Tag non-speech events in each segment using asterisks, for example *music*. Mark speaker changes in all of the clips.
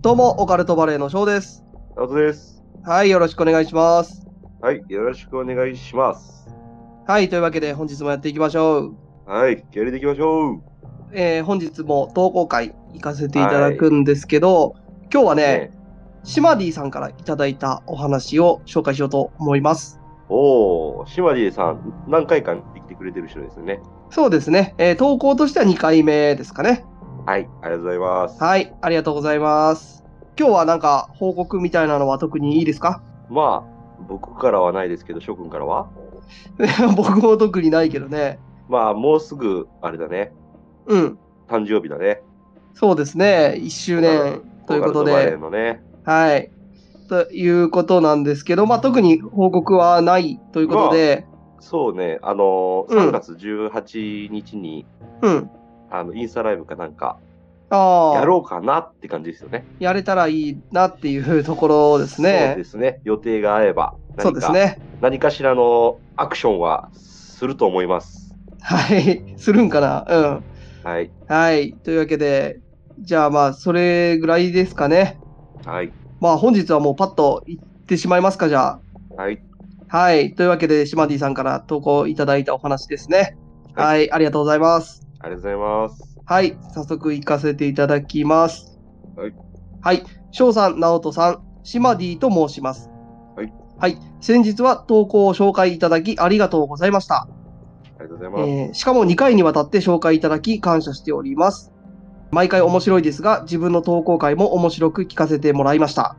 Speaker 1: どうも、オカルトバレーの翔です。
Speaker 2: ナオトです。
Speaker 1: はい、よろしくお願いします。
Speaker 2: はい、よろしくお願いします。
Speaker 1: はい、というわけで本日もやっていきましょう。
Speaker 2: はい、やりていきましょう。
Speaker 1: えー本日も投稿会行かせていただくんですけど、今日はね、
Speaker 2: ね
Speaker 1: シマディさんからいただいたお話を紹介しようと思います。
Speaker 2: おー、シマディさん、何回か生きてくれてる人ですよね。
Speaker 1: そうですね、えー投稿としては2回目ですかね。
Speaker 2: はい、ありがとうございます。
Speaker 1: はい、ありがとうございます。今日はなんか報告みたいなのは特にいいですか *laughs*
Speaker 2: まあ、僕からはないですけど、諸君からは
Speaker 1: 僕も特にないけどね。
Speaker 2: まあ、もうすぐ、あれだね、
Speaker 1: うん、
Speaker 2: 誕生日だね。
Speaker 1: そうですね、1周年ということで。
Speaker 2: ボーカルバレーのね。
Speaker 1: はい。ということなんですけど、まあ、特に報告はないということで、
Speaker 2: そうね、あのー、
Speaker 1: うん
Speaker 2: 3月18日に、
Speaker 1: うん。
Speaker 2: あの、インスタライブかなんか、
Speaker 1: ああ、
Speaker 2: やろうかなって感じですよね。
Speaker 1: やれたらいいなっていうところです
Speaker 2: そう
Speaker 1: ね
Speaker 2: で。すね。予定が合えば、何か
Speaker 1: そうですね。
Speaker 2: 何かしらのアクションはすると思います。
Speaker 1: はい。するんかな。
Speaker 2: はい。
Speaker 1: うん。はい。というわけで、じゃあまあ、それぐらいですかね。
Speaker 2: はい。
Speaker 1: まあ、本日はもうパッと行ってしまいますか、じゃ
Speaker 2: はい。
Speaker 1: あ。はい。というわけで、シマディさんから投稿いただいたお話ですね。
Speaker 2: は
Speaker 1: はい、ありがとうございます。
Speaker 2: ありがとうございます。
Speaker 1: はい、早速行かせていただきます。
Speaker 2: はい。
Speaker 1: はい、翔さん、直人さん、シマディと申します。
Speaker 2: はい。
Speaker 1: はい、先日は投稿を紹介いただきありがとうございました。
Speaker 2: ありがとうござい
Speaker 1: え
Speaker 2: ます。
Speaker 1: ーしかも2回にわたって紹介いただき感謝しております。毎回面白いですが、自分の投稿会も面白く聞かせてもらいました。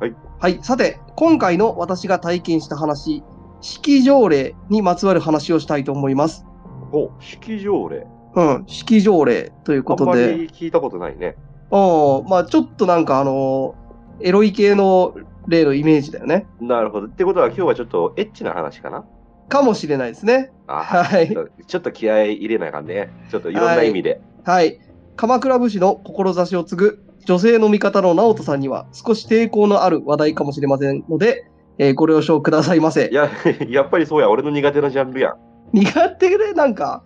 Speaker 2: はい。
Speaker 1: はい、さて、今回の私が体験した話、式条例にまつわる話をしたいと思います。
Speaker 2: お、式条例。
Speaker 1: うん、式条例という
Speaker 2: あ
Speaker 1: こ
Speaker 2: ん
Speaker 1: と
Speaker 2: ま
Speaker 1: で。
Speaker 2: り聞いたことないね。
Speaker 1: うん、まあちょっとなんかあのーエロい系の例のイメージだよね。
Speaker 2: なるほど。ってことは今日はちょっとエッチな話かな
Speaker 1: かもしれないですね。
Speaker 2: あ
Speaker 1: はい
Speaker 2: ちょっとちょっと気合い入れなあかんね。ちょっといろんな意味で。
Speaker 1: はい。鎌倉武士の志を継ぐ女性の味方の直人さんには少し抵抗のある話題かもしれませんので、えーご了承くださいませ
Speaker 2: い、。や、 *laughs* やっぱりそうや。俺の苦手なジャンルやん。
Speaker 1: 苦手でなんか、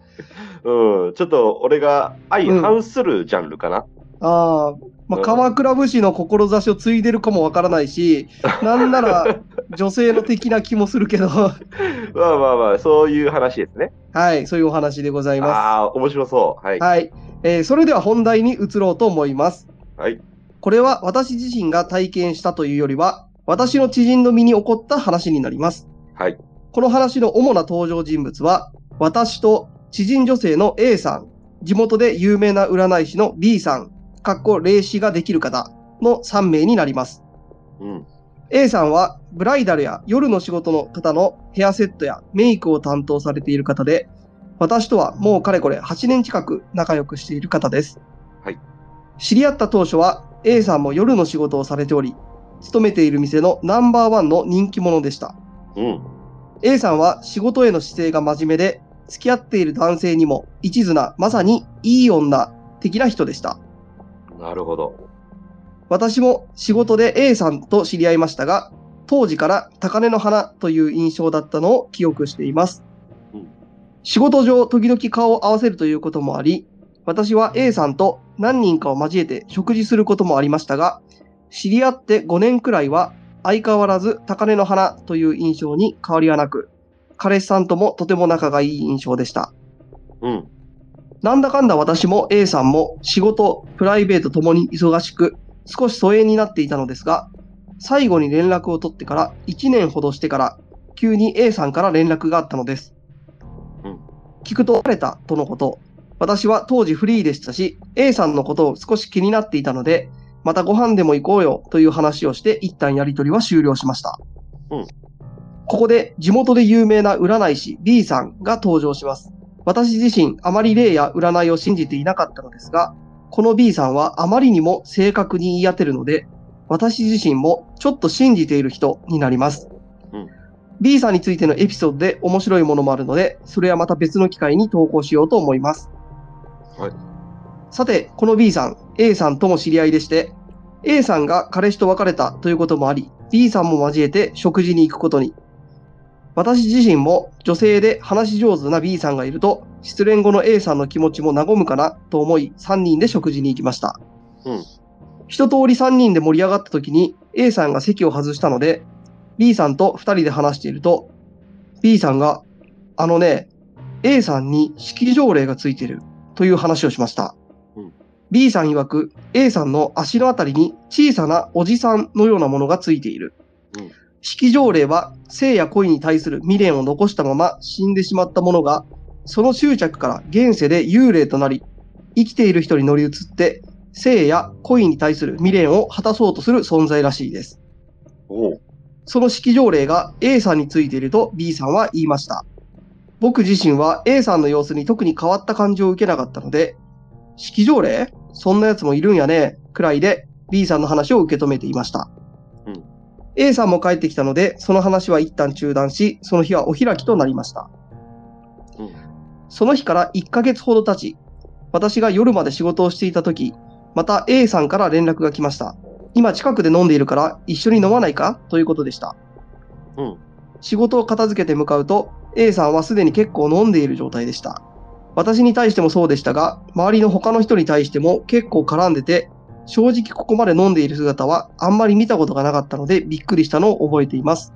Speaker 2: うん。ちょっと俺が
Speaker 1: うん
Speaker 2: 相反するジャンルかな。
Speaker 1: あーまあ、
Speaker 2: うん
Speaker 1: 鎌倉武士の志を継いでるかもわからない
Speaker 2: *laughs*
Speaker 1: し、なんなら女性の的な気もするけど、
Speaker 2: まあまあまあ、そういう話ですね。
Speaker 1: はい、そういうお話でございます。
Speaker 2: ああ、面白そう。はい。
Speaker 1: はい、えーそれでは本題に移ろうと思います。
Speaker 2: はい。
Speaker 1: これは私自身が体験したというよりは、私の知人の身に起こった話になります。
Speaker 2: はい。
Speaker 1: この話の主な登場人物は、私と知人女性の A さん、地元で有名な占い師の B さん、かっこ霊視ができる方の3名になります。
Speaker 2: うん。
Speaker 1: A さんはブライダルや夜の仕事の方のヘアセットやメイクを担当されている方で、私とはもうかれこれ8年近く仲良くしている方です。
Speaker 2: はい。
Speaker 1: 知り合った当初は A さんも夜の仕事をされており、勤めている店のナンバーワンの人気者でした。
Speaker 2: うん。
Speaker 1: A さんは仕事への姿勢が真面目で、付き合っている男性にも一途な、まさにいい女的な人でした。
Speaker 2: なるほど。
Speaker 1: 私も仕事で A さんと知り合いましたが、当時から高嶺の花という印象だったのを記憶しています。
Speaker 2: うん
Speaker 1: 仕事上、時々顔を合わせるということもあり、私は A さんと何人かを交えて食事することもありましたが、知り合って5年くらいは相変わらず高嶺の花という印象に変わりはなく、彼氏さんともとても仲がいい印象でした。
Speaker 2: うん。
Speaker 1: なんだかんだ私も A さんも仕事、プライベートともに忙しく、少し疎遠になっていたのですが、最後に連絡を取ってから1年ほどしてから、急に A さんから連絡があったのです。
Speaker 2: うん
Speaker 1: 聞くと別れたとのこと。私は当時フリーでしたし、A さんのことを少し気になっていたので、またご飯でも行こうよという話をして一旦やり取りは終了しました。
Speaker 2: うん
Speaker 1: ここで地元で有名な占い師 B さんが登場します。私自身あまり霊や占いを信じていなかったのですが、この B さんはあまりにも正確に言い当てるので、私自身もちょっと信じている人になります。
Speaker 2: うん
Speaker 1: B さんについてのエピソードで面白いものもあるので、それはまた別の機会に投稿しようと思います。
Speaker 2: はい
Speaker 1: さて、この B さん、A さんとも知り合いでして、A さんが彼氏と別れたということもあり、B さんも交えて食事に行くことに。私自身も女性で話し上手な B さんがいると、失恋後の A さんの気持ちも和むかなと思い、3人で食事に行きました。
Speaker 2: うん
Speaker 1: 一一通り3人で盛り上がった時に A さんが席を外したので、B さんと2人で話していると、B さんが、あのね、A さんに式条例がついてるという話をしました。
Speaker 2: うん
Speaker 1: B さん曰く A さんの足のあたりに小さなおじさんのようなものがついている。
Speaker 2: うん
Speaker 1: 式条例は性や恋に対する未練を残したまま死んでしまったものが、その執着から現世で幽霊となり、生きている人に乗り移って、性や恋に対する未練を果たそうとする存在らしいです。
Speaker 2: おう。
Speaker 1: その式条例が A さんについていると B さんは言いました。僕自身は A さんの様子に特に変わった感じを受けなかったので、式条例そんなやつもいるんやね、くらいで B さんの話を受け止めていました。
Speaker 2: うん
Speaker 1: A さんも帰ってきたので、その話は一旦中断し、その日はお開きとなりました。
Speaker 2: うん
Speaker 1: その日から1ヶ月ほど経ち、私が夜まで仕事をしていた時、また A さんから連絡が来ました。今近くで飲んでいるから一緒に飲まないかということでした。
Speaker 2: うん
Speaker 1: 仕事を片付けて向かうと A さんはすでに結構飲んでいる状態でした。私に対してもそうでしたが、周りの他の人に対しても結構絡んでて、正直ここまで飲んでいる姿はあんまり見たことがなかったのでびっくりしたのを覚えています。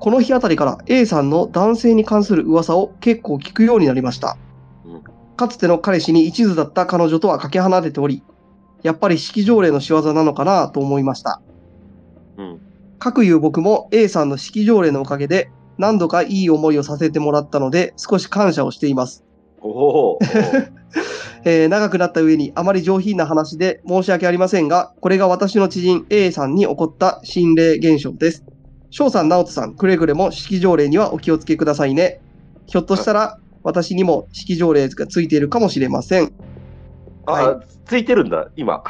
Speaker 1: この日あたりから A さんの男性に関する噂を結構聞くようになりました
Speaker 2: うん。
Speaker 1: かつての彼氏に一途だった彼女とはかけ離れており、やっぱり式条例の仕業なのかなと思いました。
Speaker 2: うん。
Speaker 1: かくいう僕も A さんの式条例のおかげで何度かいい思いをさせてもらったので少し感謝をしています。
Speaker 2: おお。
Speaker 1: *laughs* えー長くなった上にあまり上品な話で申し訳ありませんが、これが私の知人 A さんに起こった心霊現象です。翔さん、直人さん、くれぐれも式条例にはお気をつけくださいね。ひょっとしたら私にも式条例がついているかもしれません。
Speaker 2: あ、ついてるんだ、
Speaker 1: *laughs*
Speaker 2: 今。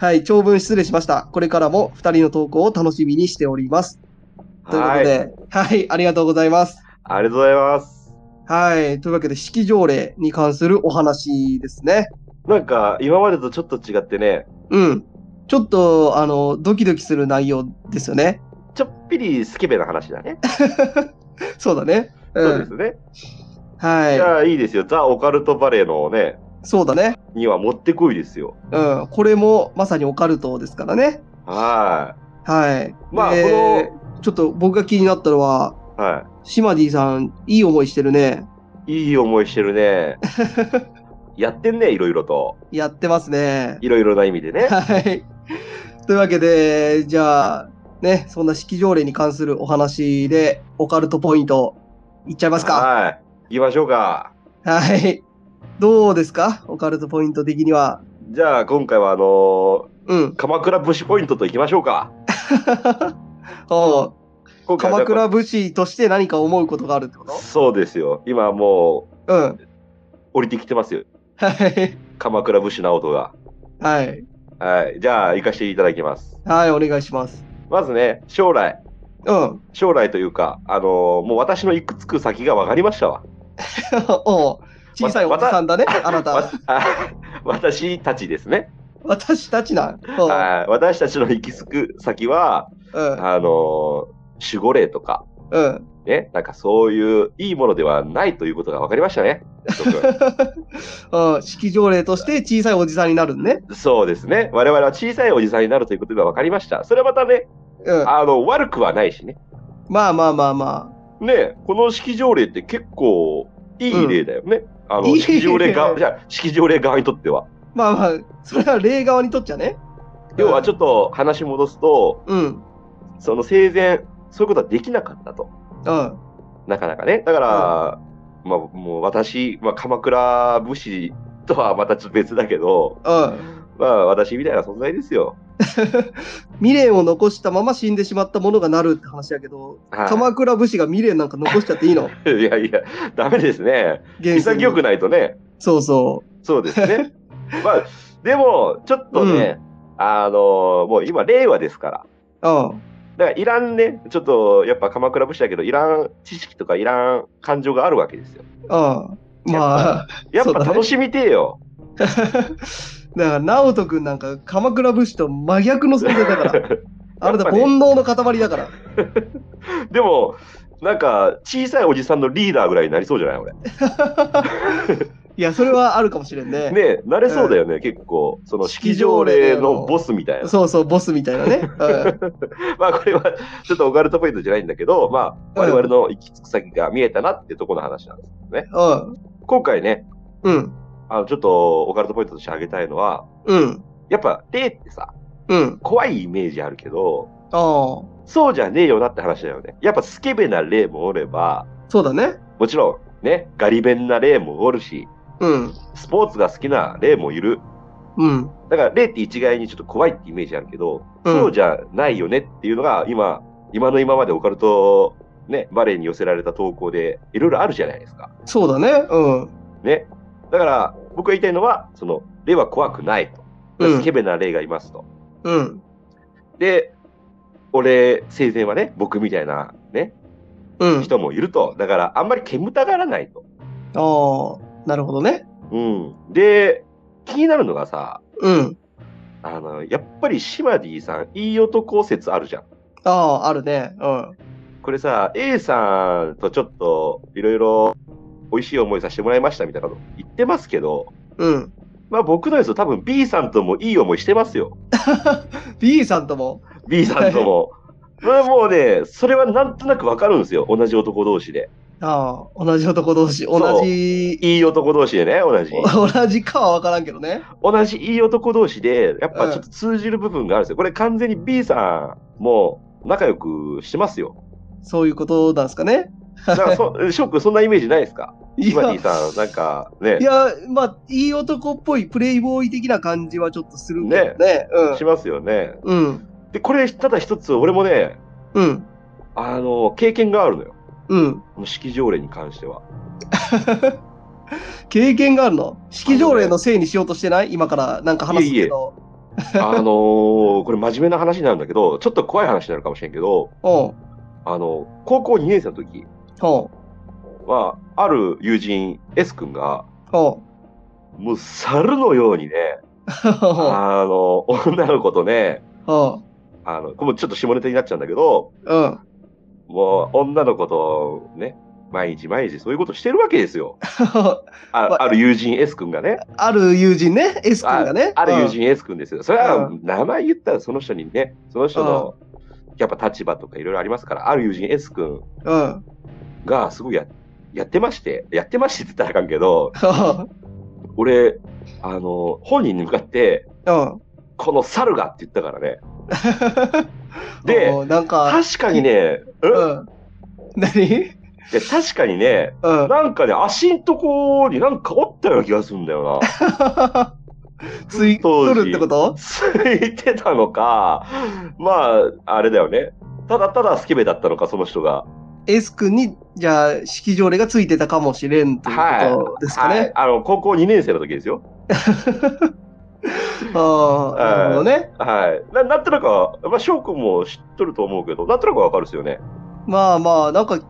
Speaker 1: はい、長文失礼しました。これからも2人の投稿を楽しみにしております。というこ
Speaker 2: は
Speaker 1: と
Speaker 2: い。
Speaker 1: で、はい、ありがとうございます。
Speaker 2: ありがとうございます。
Speaker 1: はい。というわけで、式条例に関するお話ですね。
Speaker 2: なんか、今までとちょっと違ってね、
Speaker 1: うん。ちょっと、あの、ドキドキする内容ですよね。
Speaker 2: ちょっぴりスケベな話だね。
Speaker 1: そうだね。
Speaker 2: そう
Speaker 1: う
Speaker 2: で
Speaker 1: ん。
Speaker 2: すね。じ
Speaker 1: は
Speaker 2: ゃあ、いいですよ。ザ・オカルトバレーのね、
Speaker 1: い。そうだね。
Speaker 2: にはもってこいですよ。
Speaker 1: うん。これも、まさにオカルトですからね。
Speaker 2: は
Speaker 1: はい。
Speaker 2: まあ
Speaker 1: で
Speaker 2: こ
Speaker 1: ちょっと僕が気になったのは、
Speaker 2: い。は
Speaker 1: シマディさん、いい思いしてるね。
Speaker 2: い。いい思いして
Speaker 1: *laughs*
Speaker 2: るね。やってんね、いろいろと。
Speaker 1: やってますね。
Speaker 2: いろいろな意味でね。
Speaker 1: はい。というわけで、じゃあ、ね、そんな式条例に関するお話で、オカルトポイント、いっちゃいますか。
Speaker 2: はい。行きましょうか。
Speaker 1: はい。どうですかオカルトポイント的には。
Speaker 2: じゃあ、今回はあの
Speaker 1: うん
Speaker 2: ー。鎌倉武士ポイントと行きましょうか。
Speaker 1: お
Speaker 2: 今回は
Speaker 1: 鎌倉武士として何か思うことがあるってこ
Speaker 2: そうですよ。今もう
Speaker 1: とうん。
Speaker 2: 降りてきてますよ。
Speaker 1: はい。
Speaker 2: 鎌倉武士直人が。
Speaker 1: はい。
Speaker 2: はい。じゃあ、行かせていただきます。
Speaker 1: はい、お願いします。
Speaker 2: まずね、将来。
Speaker 1: うん。 *laughs* お
Speaker 2: 将来というか、あのーもう私の行くつく先が分かりましたわ。
Speaker 1: う小さいおじさんだね、あな
Speaker 2: わ
Speaker 1: た。
Speaker 2: あ私たちですね。
Speaker 1: 私たちなん。うん
Speaker 2: はい私たちの行き着く先は、
Speaker 1: うん。
Speaker 2: あのー守護霊とか、
Speaker 1: うん。
Speaker 2: ね、なんかそういういいものではないということが分かりましたね。
Speaker 1: *laughs* うん。式条例として小さいおじさんになるんね。
Speaker 2: そうですね。我々は小さいおじさんになるということが分かりました。それはまたね、
Speaker 1: うん。
Speaker 2: あの、悪くはないしね。
Speaker 1: まあまあまあま
Speaker 2: ね、この式条例って結構いい例だよね。
Speaker 1: い
Speaker 2: あ
Speaker 1: い
Speaker 2: の、
Speaker 1: 例
Speaker 2: 式条例側、じゃあ式条例側にとっては。
Speaker 1: あ。まあまあ、それは例側にとっちゃね。
Speaker 2: 要はち
Speaker 1: ょっ
Speaker 2: ょっと話戻すと、
Speaker 1: と。うん。
Speaker 2: その生前、そういうことはできなかったと。
Speaker 1: うん。
Speaker 2: なかなかね。だから、まあ、もう私、まあ、鎌倉武士とはまたちょっと別だけど、
Speaker 1: うん。
Speaker 2: まあ、私みたいな存在ですよ。
Speaker 1: 未練を残したまま死んでしまったものがなるって話やけど、
Speaker 2: はい
Speaker 1: 鎌倉武士が未練なんか残しちゃっていいの
Speaker 2: *laughs* いやいや、ダメですね。
Speaker 1: 現世に
Speaker 2: 潔くないとね。
Speaker 1: そうそ
Speaker 2: そうですね。まあ、でも、ちょっとね、あの、もう今、令和ですから。
Speaker 1: う。うん。
Speaker 2: だから、いらんね、ちょっと、やっぱ鎌倉武士だけど、いらん知識とかいらん感情があるわけですよ。
Speaker 1: うん。まあ、
Speaker 2: やっ
Speaker 1: そ
Speaker 2: ぱ
Speaker 1: うだね
Speaker 2: 楽しみてえよ。
Speaker 1: だから、直人くんなんか鎌倉武士と真逆の存在だから。
Speaker 2: *laughs*
Speaker 1: あれだ、
Speaker 2: やっぱ
Speaker 1: 煩
Speaker 2: ね
Speaker 1: 悩の塊だから。
Speaker 2: でも、なんか、小さいおじさんのリーダーぐらいになりそうじゃない俺。
Speaker 1: いや、それはあるかもしれんね。
Speaker 2: ね慣れそうだよね、結構。その式
Speaker 1: 式
Speaker 2: 条
Speaker 1: 条
Speaker 2: 例
Speaker 1: 例
Speaker 2: の
Speaker 1: の
Speaker 2: ボスみたいな。
Speaker 1: そうそう、ボスみたいなね。うん
Speaker 2: まあこれはちょっとオカルトポイントじゃないんだけど、まあ我々の行き着く先が見えたなってとこの話なんです。今回ね、
Speaker 1: うん。うん。
Speaker 2: あのちょっとオカルトポイントとして挙げたいのは、
Speaker 1: うん。
Speaker 2: やっぱ霊ってさ、
Speaker 1: うん。
Speaker 2: 怖いイメージあるけど、
Speaker 1: ああ。
Speaker 2: そうじゃねえよなって話だよね。やっぱスケベな霊もおれば、
Speaker 1: そうだね。
Speaker 2: もちろんね、ガリ勉な霊もおるし、
Speaker 1: うん。
Speaker 2: スポーツが好きな霊もいる。
Speaker 1: うん。
Speaker 2: だから霊って一概にちょっと怖いってイメージあるけど、
Speaker 1: うん
Speaker 2: そうじゃないよねっていうのが今、今の今までオカルト、ね、バレーに寄せられた投稿でいろいろあるじゃないですか。
Speaker 1: そうだね。うん。
Speaker 2: ね。だから僕が言いたいのは、その、霊は怖くないと。
Speaker 1: うん
Speaker 2: スケベな霊がいますと。
Speaker 1: うん。
Speaker 2: で、俺、生前はね、僕みたいなね、
Speaker 1: うん。
Speaker 2: 人もいると。だからあんまり煙たがらないと。
Speaker 1: ああ。なるほどね。
Speaker 2: うん。で、気になるのがさ、
Speaker 1: うん。
Speaker 2: あの、やっぱりシマディさん、いい男説あるじゃん。
Speaker 1: ああ、あるね。うん。
Speaker 2: これさ、A さんとちょっといろいろ美味しい思いさせてもらいましたみたいなこと言ってますけど、
Speaker 1: うん。
Speaker 2: まあ僕のやつ多分 B さんともいい思いしてますよ。
Speaker 1: B さんとも。
Speaker 2: B さんとも。まあもうね、それはなんとなくわかるんですよ。同じ男同士で。
Speaker 1: ああ、同じ男同士。
Speaker 2: う
Speaker 1: 同じ、 *laughs*
Speaker 2: いい男同士でね、同じ。
Speaker 1: 同じかは分からんけどね。
Speaker 2: 同じいい男同士で、やっぱちょっと通じる部分があるんですよ。これ完全に B さんも仲良くしてますよ。
Speaker 1: そういうことなんですかね。
Speaker 2: なんかそショック、そんなイメージないですか
Speaker 1: い
Speaker 2: シマ
Speaker 1: や、
Speaker 2: ディ
Speaker 1: い
Speaker 2: さん、なんかね、
Speaker 1: や、まあ、いい男っぽい、プレイボーイ的な感じはちょっとするけどね。
Speaker 2: しますよね。
Speaker 1: うん。うん。
Speaker 2: で、これ、ただ一つ、俺もね、
Speaker 1: うん。
Speaker 2: あの、経験があるのよ。
Speaker 1: うん。
Speaker 2: この式条例に関し
Speaker 1: *laughs*
Speaker 2: ては。
Speaker 1: 経験があるの式条例のせいにしようとしてない今からなんか話すけど。
Speaker 2: あのーこれ真面目な話になるんだけど、ちょっと怖い話になるかもしれんけど、
Speaker 1: おう
Speaker 2: あの、高校2年生の時
Speaker 1: おう
Speaker 2: は、ある友人 S 君が、
Speaker 1: おう
Speaker 2: もう猿のようにね、あの、女の子とね、
Speaker 1: おう
Speaker 2: あの、もうちょっと下ネタになっちゃうんだけど、
Speaker 1: うん。
Speaker 2: もう女の子とね、毎日毎日そういうことしてるわけですよ。あ
Speaker 1: わ
Speaker 2: ある友人 S 君がね。
Speaker 1: ある友人ね、S 君がね。
Speaker 2: あある友
Speaker 1: うん。
Speaker 2: 人 S 君ですよ。それは
Speaker 1: う
Speaker 2: 名前言ったらその人にね、その人のやっぱ立場とかいろいろありますから、ある友人 S 君
Speaker 1: うん。
Speaker 2: がすごいややってまして、やってましてって言ったらあかんけど、
Speaker 1: う
Speaker 2: 俺、あの、本人に向かって、
Speaker 1: ん。
Speaker 2: この猿がって言ったからね。で
Speaker 1: おう、なんか、
Speaker 2: 確かにね、うん、い
Speaker 1: うん。何
Speaker 2: や確かにね、
Speaker 1: うん。
Speaker 2: なんかね、足んとこになんかおったような気がするんだよな。
Speaker 1: つい
Speaker 2: 当
Speaker 1: と
Speaker 2: 時
Speaker 1: るってこと
Speaker 2: ついてたのか、まあ、あれだよね。ただただスケベだったのか、その人が。
Speaker 1: ?S 君に、じゃあ、式条例がついてたかもしれんということですか
Speaker 2: はい
Speaker 1: ね。
Speaker 2: あの、高校2年生の時ですよ。
Speaker 1: ああ、なるほどね。
Speaker 2: はい。ななんとなくは、まあ、翔くんも知っとると思うけど、なんとなくわかるですよね。
Speaker 1: まあまあ、なんか、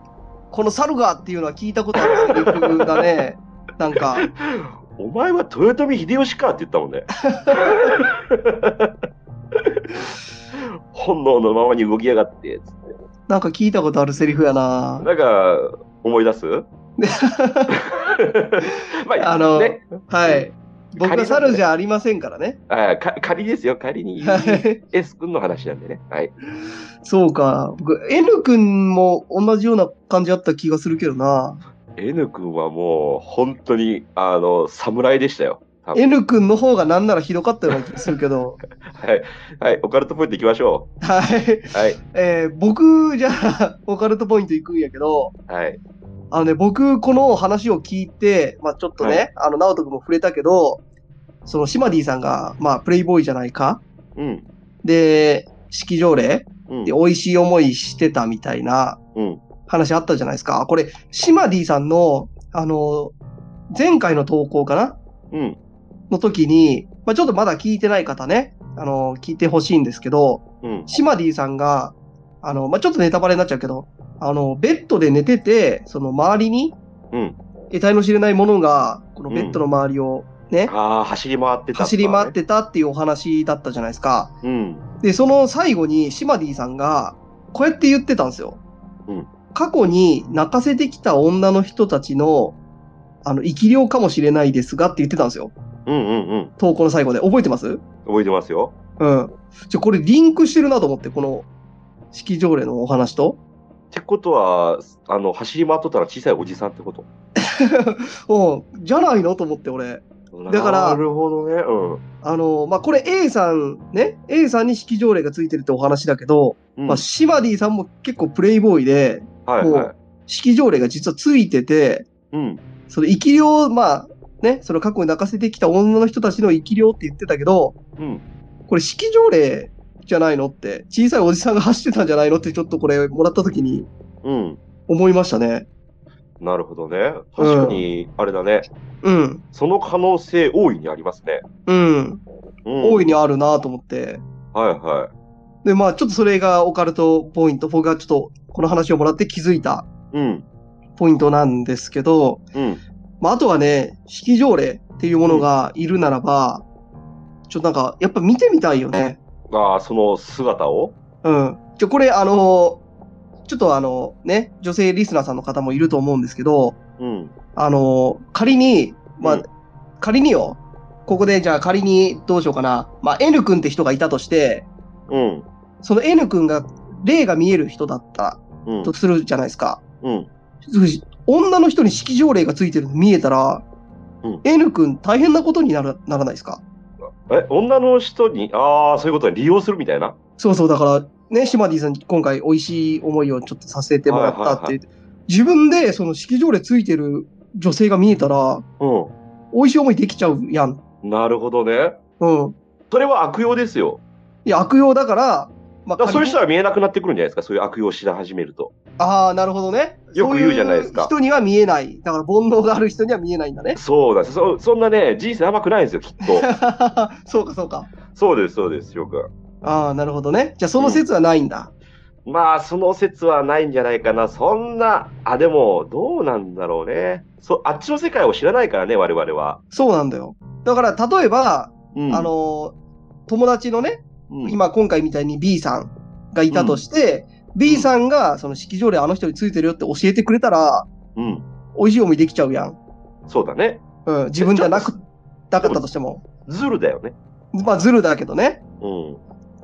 Speaker 1: この猿がっていうのは聞いたことあるセリフが
Speaker 2: *laughs*
Speaker 1: ね、なんか、
Speaker 2: お前は豊臣秀吉かって言ったもんね。 *laughs* 本能のままに動きやがって、つって。
Speaker 1: なんか聞いたことあるセリフやな。
Speaker 2: なんか、思
Speaker 1: *laughs*
Speaker 2: い出すまあ、
Speaker 1: あの
Speaker 2: ね、
Speaker 1: はい。僕が猿じゃありませんからね。
Speaker 2: あか仮ですよ、仮に
Speaker 1: はい。
Speaker 2: S 君の話なんでね。はい。
Speaker 1: そうか。僕、N 君も同じような感じあった気がするけどな。
Speaker 2: N 君はもう、本当に、あの、侍でしたよ。多分
Speaker 1: N 君の方がなんならひどかったような気がするけ
Speaker 2: *laughs*
Speaker 1: ど。
Speaker 2: はい。はい。オカルトポイント行きましょ
Speaker 1: はい。
Speaker 2: う。はい。
Speaker 1: えー僕、じゃあ、オカルトポイント行くんやけど、
Speaker 2: はい。
Speaker 1: あのね、僕、この話を聞いて、まあちょっとね、
Speaker 2: は
Speaker 1: あの、直人君も触れたけど、その、シマディさんが、まあプレイボーイじゃないか
Speaker 2: うん。
Speaker 1: で、式条例
Speaker 2: うん
Speaker 1: で。美味しい思いしてたみたいな
Speaker 2: うん。
Speaker 1: 話あったじゃないですか。これ、シマディさんの、あの、前回の投稿かな
Speaker 2: うん。
Speaker 1: の時に、まあちょっとまだ聞いてない方ね、あの、聞いてほしいんですけど、
Speaker 2: うん。
Speaker 1: シマディさんが、あの、まあ、ちょっとネタバレになっちゃうけど、あの、ベッドで寝てて、その周りに、
Speaker 2: うん。
Speaker 1: 得体の知れないものが、このベッドの周りをね、
Speaker 2: ああ、走り回ってた。
Speaker 1: 走り回っ。てたっていうお話だったじゃないですか。
Speaker 2: うん。
Speaker 1: で、その最後にシマディさんが、こうやって言ってたんですよ。
Speaker 2: うん
Speaker 1: 過去に泣かせてきた女の人たちのあの、生き量かもしれないですがって言ってたんですよ。
Speaker 2: うんうんうん。
Speaker 1: 投稿の最後で。覚えてます
Speaker 2: 覚えてますよ。
Speaker 1: うん。ちょ、これリンクしてるなと思って、この、式条例のお話と。
Speaker 2: ってことは、あの、走り回っとったら小さいおじさんってこと
Speaker 1: うん。じゃないのと思って、俺。だから
Speaker 2: なるほどね。うん。
Speaker 1: あの、まあ、これ A さんね、A さんに式条例がついてるってお話だけど、
Speaker 2: うん
Speaker 1: まあ、シマディさんも結構プレイボーイで、
Speaker 2: はいはい。
Speaker 1: 式条例が実はついてて、
Speaker 2: うん。
Speaker 1: その生き量、まあ、ね、その過去に泣かせてきた女の人たちの生き量って言ってたけど、
Speaker 2: うん
Speaker 1: これ式条例じゃないのって、小さいおじさんが走ってたんじゃないのってちょっとこれもらった時に
Speaker 2: うん。
Speaker 1: 思いましたね。
Speaker 2: なるほどね。確かに、あれだね。
Speaker 1: うん。
Speaker 2: その可能性大いにありますね。
Speaker 1: うん。
Speaker 2: うん、
Speaker 1: 大いにあるなと思って。
Speaker 2: はいは
Speaker 1: で、まあ、ちょっとそれがオカルトポイント、僕がちょっとこの話をもらって気づいた
Speaker 2: い。うん。
Speaker 1: ポイントなんですけど、
Speaker 2: うん。
Speaker 1: まあ、あとはね、式条例っていうものがいるならば、ちょっとなんか、やっぱ見てみたいよね。
Speaker 2: ああ、その姿を
Speaker 1: うん。じゃ、これ、あのーちょっとあの、ね、女性リスナーさんの方もいると思うんですけど、
Speaker 2: うん。
Speaker 1: あのー仮に、まあ、
Speaker 2: うん
Speaker 1: 仮によ、ここで、じゃあ仮にどうしようかな。まあ、N 君って人がいたとして、
Speaker 2: うん。
Speaker 1: その N 君が霊が見える人だった
Speaker 2: うん
Speaker 1: と。するじゃないですか。
Speaker 2: うん。
Speaker 1: 女の人に式条例がついてるの見えたら、
Speaker 2: うん
Speaker 1: N 君大変なことになるならないですか
Speaker 2: え、女の人に、ああ、そういうことに利用するみたいな。
Speaker 1: そうそう、だから、ね、シマディさんに今回美味しい思いをちょっとさせてもらったって、
Speaker 2: はいはい
Speaker 1: 自分でその式条例ついてる女性が見えたら、
Speaker 2: う
Speaker 1: 美味しい思いできちゃうやん。
Speaker 2: ん。なるほどね。
Speaker 1: うん。
Speaker 2: それは悪用ですよ。
Speaker 1: いや、悪用だから、まあ
Speaker 2: だからそういう人
Speaker 1: 仮に
Speaker 2: は見えなくなってくるんじゃないですか。そういう悪用し始めると。
Speaker 1: ああ、なるほどね。
Speaker 2: よく言うじゃないですか。
Speaker 1: そういう人には見えない。だから、煩悩がある人には見えないんだね *laughs*
Speaker 2: そうなんです。そそんなね、人生甘くないんですよ、きっと。
Speaker 1: そうか、そうか。
Speaker 2: そうです、そうです、よく。
Speaker 1: ああ、なるほどね。じゃあ、その説はないんだ。
Speaker 2: まあ、その説はないんじゃないかな。そんな、あ、でも、どうなんだろうね。そあっちの世界を知らないからね、我々は。
Speaker 1: そうなんだよ。だから、例えば、
Speaker 2: うん、
Speaker 1: あ、の、友達のね、
Speaker 2: うん、
Speaker 1: 今今回みたいに B さんがいたとして、B さんがその式条例あの人についてるよって教えてくれたら、
Speaker 2: うん、
Speaker 1: 美味しい思いできちゃうやん。
Speaker 2: そうだね。
Speaker 1: うん、自分じゃなく
Speaker 2: ちょっ、
Speaker 1: なかったとしても。
Speaker 2: とずるだよね。
Speaker 1: まあ、ずるだけどね。
Speaker 2: うん、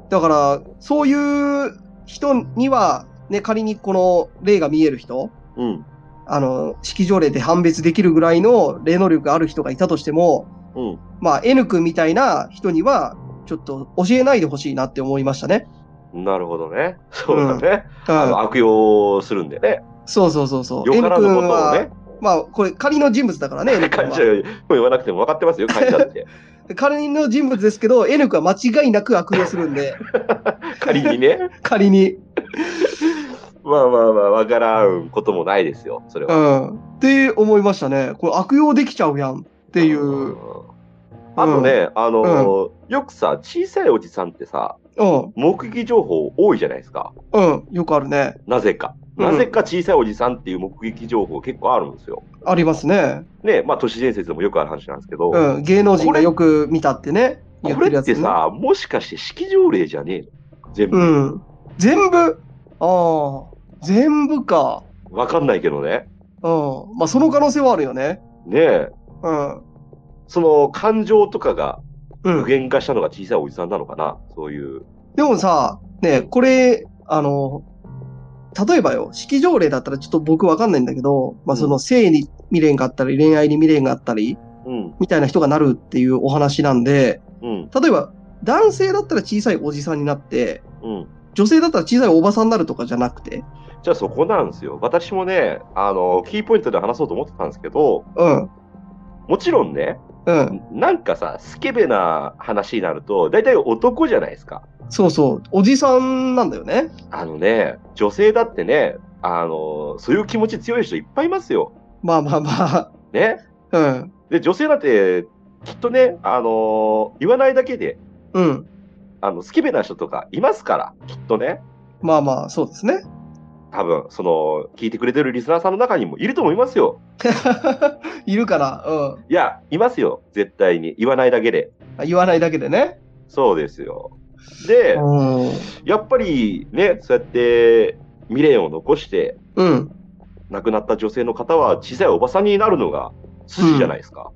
Speaker 1: だから、そういう人には、ね、仮にこの霊が見える人、
Speaker 2: うん、
Speaker 1: あの、式条例で判別できるぐらいの霊能力がある人がいたとしても、
Speaker 2: うん。
Speaker 1: まあ、N 君みたいな人には、ちょっと教えないでほしいなって思いましたね。
Speaker 2: なるほどね。そうだね。
Speaker 1: う
Speaker 2: あ
Speaker 1: ん
Speaker 2: の悪用するんでね。
Speaker 1: そうそうそうそう。
Speaker 2: よ
Speaker 1: N
Speaker 2: からぬこと
Speaker 1: 君
Speaker 2: を
Speaker 1: は
Speaker 2: ね、
Speaker 1: まあ、これ仮の人物だから
Speaker 2: *laughs*
Speaker 1: ね、N 君
Speaker 2: 感
Speaker 1: は
Speaker 2: じ。は言わなくても分かってますよ、会社って。
Speaker 1: 仮の人物ですけど、N 君は間違いなく悪用するん
Speaker 2: *laughs*
Speaker 1: で、
Speaker 2: 仮にね。
Speaker 1: 仮に。
Speaker 2: まあまあまあ、分からんこともないですよ、それ
Speaker 1: う
Speaker 2: は。っ
Speaker 1: ん。って思いましたね。これ悪用できちゃうやんっていう。。
Speaker 2: あとね、あのーよくさ、小さいおじさんってさ、
Speaker 1: うん。
Speaker 2: 目撃情報多いじゃないですか。
Speaker 1: うん。よくあるね。
Speaker 2: なぜか。
Speaker 1: うん
Speaker 2: なぜか小さいおじさんっていう目撃情報結構あるんですよ。
Speaker 1: ありますね。
Speaker 2: ねまあ都市伝説でもよくある話なんですけど、
Speaker 1: うん。芸能人がよく見たってね。言
Speaker 2: こ
Speaker 1: ってる
Speaker 2: れ
Speaker 1: や
Speaker 2: っ
Speaker 1: つね
Speaker 2: てさ、もしかして式条例じゃねえの全
Speaker 1: う
Speaker 2: 部。
Speaker 1: ん。全部、ああ、全部か。
Speaker 2: わかんないけどね。
Speaker 1: うん。まあ、その可能性はあるよね。
Speaker 2: ねえ。
Speaker 1: うん。
Speaker 2: その感情とかが
Speaker 1: う
Speaker 2: 具
Speaker 1: ん。
Speaker 2: 現化したのが小さいおじさんなのかなそういう。
Speaker 1: でもさ、ね、これ、あの、例えばよ、式条例だったらちょっと僕わかんないんだけど、まあ、その性に未練があったり、恋愛に未練があったり、
Speaker 2: うん。
Speaker 1: みたいな人がなるっていうお話なんで、
Speaker 2: うん。
Speaker 1: 例えば、男性だったら小さいおじさんになって、
Speaker 2: うん。
Speaker 1: 女性だったら小さいおばさんになるとかじゃなくて、
Speaker 2: じゃあそこなんですよ。私もね、あの、キーポイントで話そうと思ってたんですけど、
Speaker 1: うん、
Speaker 2: もちろんね、
Speaker 1: うん、
Speaker 2: なんかさ、スケベな話になると、大体男じゃないですか。
Speaker 1: そうそう、おじさんなんだよね。
Speaker 2: あのね、女性だってね、あの、そういう気持ち強い人いっぱいいますよ。
Speaker 1: まあまあま
Speaker 2: ね。
Speaker 1: あ、うん、
Speaker 2: で、女性だって、きっとね、あの、言わないだけで、
Speaker 1: うん、
Speaker 2: あの、スケベな人とかいますから、きっとね。
Speaker 1: まあまあ、そうですね。 *laughs*
Speaker 2: 多分、その、聞いてくれてるリスナーさんの中にもいると思いますよ。
Speaker 1: いるから、
Speaker 2: いや、いますよ。絶対に。言わないだけで。
Speaker 1: うん、言わないだけでね。
Speaker 2: そうですよ。で、
Speaker 1: うん、
Speaker 2: やっぱりね、そうやって未練を残して
Speaker 1: うん、
Speaker 2: 亡くなった女性の方は小さいおばさんになるのが筋じゃないですか。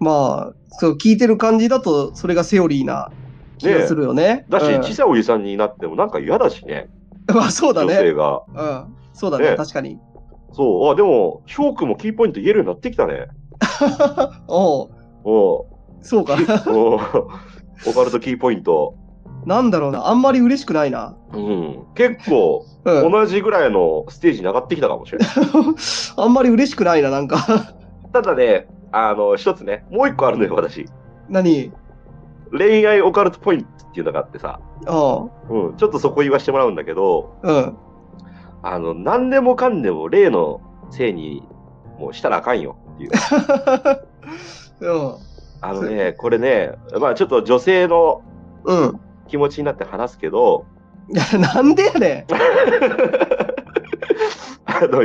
Speaker 1: まあ、そう、聞いてる感じだと、それがセオリーな気がするよね。
Speaker 2: だし、
Speaker 1: うん
Speaker 2: 小さいおじさんになってもなんか嫌だしね、
Speaker 1: *laughs* まあ、そうだ
Speaker 2: 女性
Speaker 1: ね。
Speaker 2: が。
Speaker 1: うん。そうだね、
Speaker 2: ね
Speaker 1: 確かに。
Speaker 2: そう、あ、でも、翔くんもキーポイント言えるようになってきたね。
Speaker 1: おう
Speaker 2: お
Speaker 1: *laughs*
Speaker 2: う
Speaker 1: そうか。
Speaker 2: おうオカルトキーポイント。
Speaker 1: なんだろうな、あんまり嬉しくないな。
Speaker 2: うん、結構、
Speaker 1: うん。
Speaker 2: 同じぐらいのステージに上がってきたかもしれない。
Speaker 1: あんまり嬉しくないな、なんか。 *laughs*
Speaker 2: ただね、あの、一つね、もう一個あるのよ、私。
Speaker 1: 何
Speaker 2: 恋愛オカルトポイントっていうのがあってさ、
Speaker 1: おう
Speaker 2: うん、ちょっとそこ言わしてもらうんだけど、
Speaker 1: うん。
Speaker 2: あの、何でもかんでも例のせいに、もうしたらあかんよっていう。
Speaker 1: うん。
Speaker 2: あのね、これね、まあちょっと女性の
Speaker 1: うん。
Speaker 2: 気持ちになって話すけど、 *laughs*
Speaker 1: いや、なんでやね
Speaker 2: あの、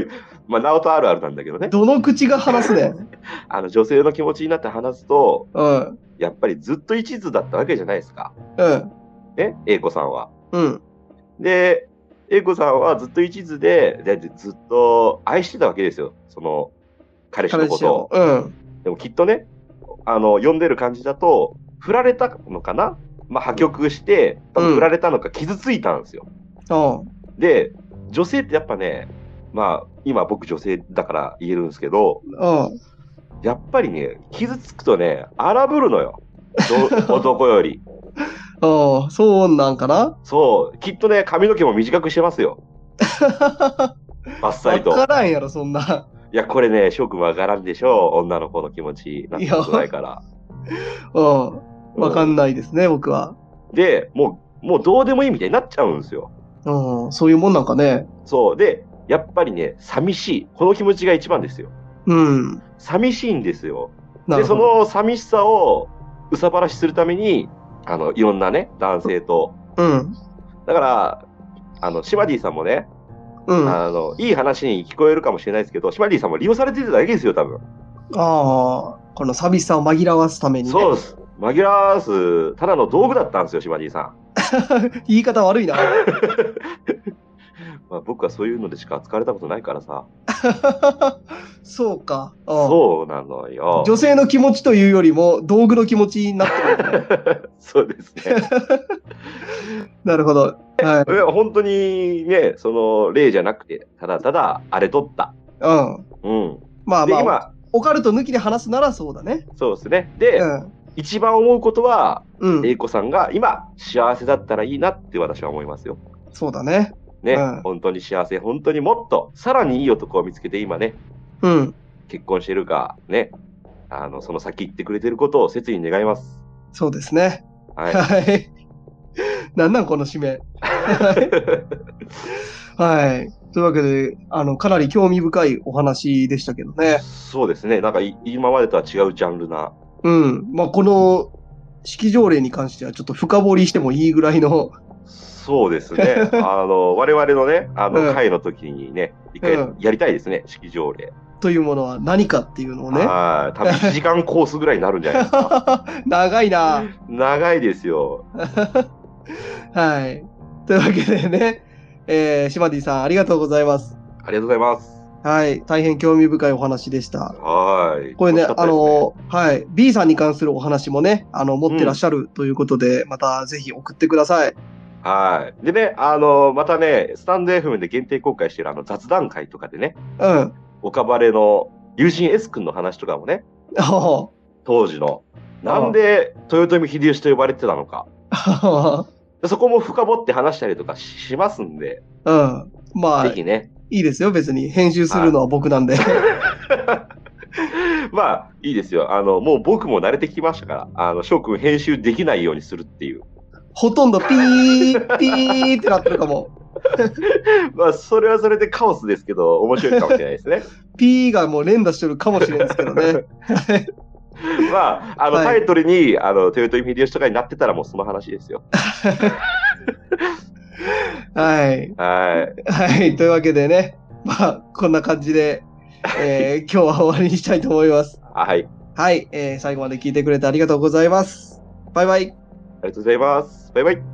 Speaker 2: まあ、ナオトあるあるなんだけどね
Speaker 1: ん。、どの口が話すねん。
Speaker 2: あの、女性の気持ちになって話すと、
Speaker 1: うん。
Speaker 2: やっぱりずっと一途だったわけじゃないですか。
Speaker 1: うん。
Speaker 2: ね、英子さんは。
Speaker 1: うん。
Speaker 2: で、英子さんはずっと一途で、でずっと愛してたわけですよ。その、彼氏の
Speaker 1: 彼
Speaker 2: こ
Speaker 1: 氏
Speaker 2: とを
Speaker 1: を。。うん。
Speaker 2: でもきっとね、あの、読んでる感じだと、振られたのかなまあ、破局して、多
Speaker 1: うん
Speaker 2: 分振られたのか傷ついたんですよ。
Speaker 1: おう
Speaker 2: で、女性ってやっぱね、まあ、今僕女性だから言えるんですけど、
Speaker 1: おう
Speaker 2: やっぱりね、傷つくとね、荒ぶるのよ。
Speaker 1: *laughs*
Speaker 2: ど男より。
Speaker 1: おうそうなんかな
Speaker 2: そう、きっとね、髪の毛も短くしてます
Speaker 1: *laughs*
Speaker 2: よ。バッサ
Speaker 1: わ
Speaker 2: リと。
Speaker 1: からんやろ、そんな。
Speaker 2: いや、これね、翔くんわからんでしょう。女の子の気持ち、なんたことないから。
Speaker 1: うん。わかんないですね、僕は。
Speaker 2: で、もう、もうどうでもいいみたいになっちゃうんですよ。
Speaker 1: うん。そういうもんなんかね。
Speaker 2: そう。で、やっぱりね、寂しい。この気持ちが一番ですよ。
Speaker 1: うん。
Speaker 2: 寂しいんですよ。
Speaker 1: な
Speaker 2: で、
Speaker 1: るほ
Speaker 2: そ
Speaker 1: ど。
Speaker 2: の寂しさを、うさばらしするために、あの、いろんなね、男性と。
Speaker 1: うん。
Speaker 2: だから、あの、シマディさんもね、
Speaker 1: うん。あ
Speaker 2: あの、いい話に聞こえるかもしれないですけど、シマディさんも利用されてただけですよ、多分。
Speaker 1: あー、この寂しさを紛らわすためにね。
Speaker 2: そうです。紛らわす、ただの道具だったんですよ、シマディさん。
Speaker 1: 言い方悪いな。 *laughs*
Speaker 2: まあ、僕はそういうのでしか扱われたことないからさ。
Speaker 1: そうか。うん
Speaker 2: そうなのよ。
Speaker 1: 女性の気持ちというよりも道具の気持ちになってるんだね。
Speaker 2: *laughs* そうですね。
Speaker 1: なるほど。はい。
Speaker 2: いや本当にね、その例じゃなくて、ただただあれ取った。
Speaker 1: うん。
Speaker 2: うん。
Speaker 1: まあ
Speaker 2: で、
Speaker 1: まあ、
Speaker 2: 今、
Speaker 1: オカルト抜きで話すならそうだね。
Speaker 2: そうですね。で、
Speaker 1: うん。
Speaker 2: 一番思うことは、
Speaker 1: うん。
Speaker 2: 英子さんが今、幸せだったらいいなって私は思いますよ。
Speaker 1: そうだね。
Speaker 2: ね、
Speaker 1: うん
Speaker 2: 本当に幸せ、本当にもっと、さらにいい男を見つけて今ね、
Speaker 1: うん。
Speaker 2: 結婚してるか、ね、あの、その先行ってくれてることを切に願います。
Speaker 1: そうですね。
Speaker 2: はい。
Speaker 1: はい。なんなんこの締め。はい。というわけで、あの、かなり興味深いお話でしたけどね。
Speaker 2: *laughs* そうですね。なんかい、今までとは違うジャンルな。
Speaker 1: うん。まあ、この、式条例に関してはちょっと深掘りしてもいいぐらいの、
Speaker 2: そうで
Speaker 1: *laughs*
Speaker 2: すね。あの、我々のね、あ
Speaker 1: う
Speaker 2: の、
Speaker 1: ん
Speaker 2: 会の時にね、一
Speaker 1: う
Speaker 2: 回
Speaker 1: ん
Speaker 2: やりたいですね、式条例。
Speaker 1: というものは何かっていうのをね。
Speaker 2: はい。多分1時間コースぐらいになるん
Speaker 1: *laughs*
Speaker 2: じゃないですか。
Speaker 1: 長いな。
Speaker 2: 長いですよ。
Speaker 1: はい。というわけでね、えー、シマディさんありがとうございます。
Speaker 2: ありがとうございます。
Speaker 1: はい。大変興味深いお話でした。
Speaker 2: はい。
Speaker 1: これね、
Speaker 2: 楽しか
Speaker 1: あ
Speaker 2: ったですね
Speaker 1: の、はい。B さんに関するお話もね、あの、持ってらっしゃるということで、またぜひ送ってください。
Speaker 2: はい。でね、あの、またね、スタンド FM で限定公開してるあの雑談会とかでね、
Speaker 1: うん。
Speaker 2: オカバレの友人 S 君の話とかもね、
Speaker 1: お
Speaker 2: 当時の。
Speaker 1: ああ
Speaker 2: なんで豊臣秀吉と呼ばれてたのか。
Speaker 1: ー
Speaker 2: でそこも深掘って話したりとかししますんで、
Speaker 1: *laughs* うん。まあ、
Speaker 2: ぜひね。
Speaker 1: いいですよ、別に。編集するのは僕なんで。
Speaker 2: *laughs* まあ、いいですよ。あの、もう僕も慣れてきましたから、あの、翔くん編集できないようにするっていう。
Speaker 1: *laughs* ほとんどピー、ピーってなってるかも。
Speaker 2: まあ、それはそれでカオスですけど、面白いかもしれないで
Speaker 1: *laughs*
Speaker 2: すね。
Speaker 1: ピーがもう連打してるかもしれないですけどね。
Speaker 2: まあ、あの、
Speaker 1: はい
Speaker 2: タイトルに、あの、豊臣秀吉とかになってたらもうその話ですよ。
Speaker 1: はい。
Speaker 2: はい。
Speaker 1: はい、というわけでね、まあ、こんな感じで、
Speaker 2: *laughs*
Speaker 1: えー今日は終わりにしたいと思います。
Speaker 2: はい。あり
Speaker 1: はい、えー最後まで聞いてくれてありがとうございます。バイバイ。
Speaker 2: がとうございます。バイバイ。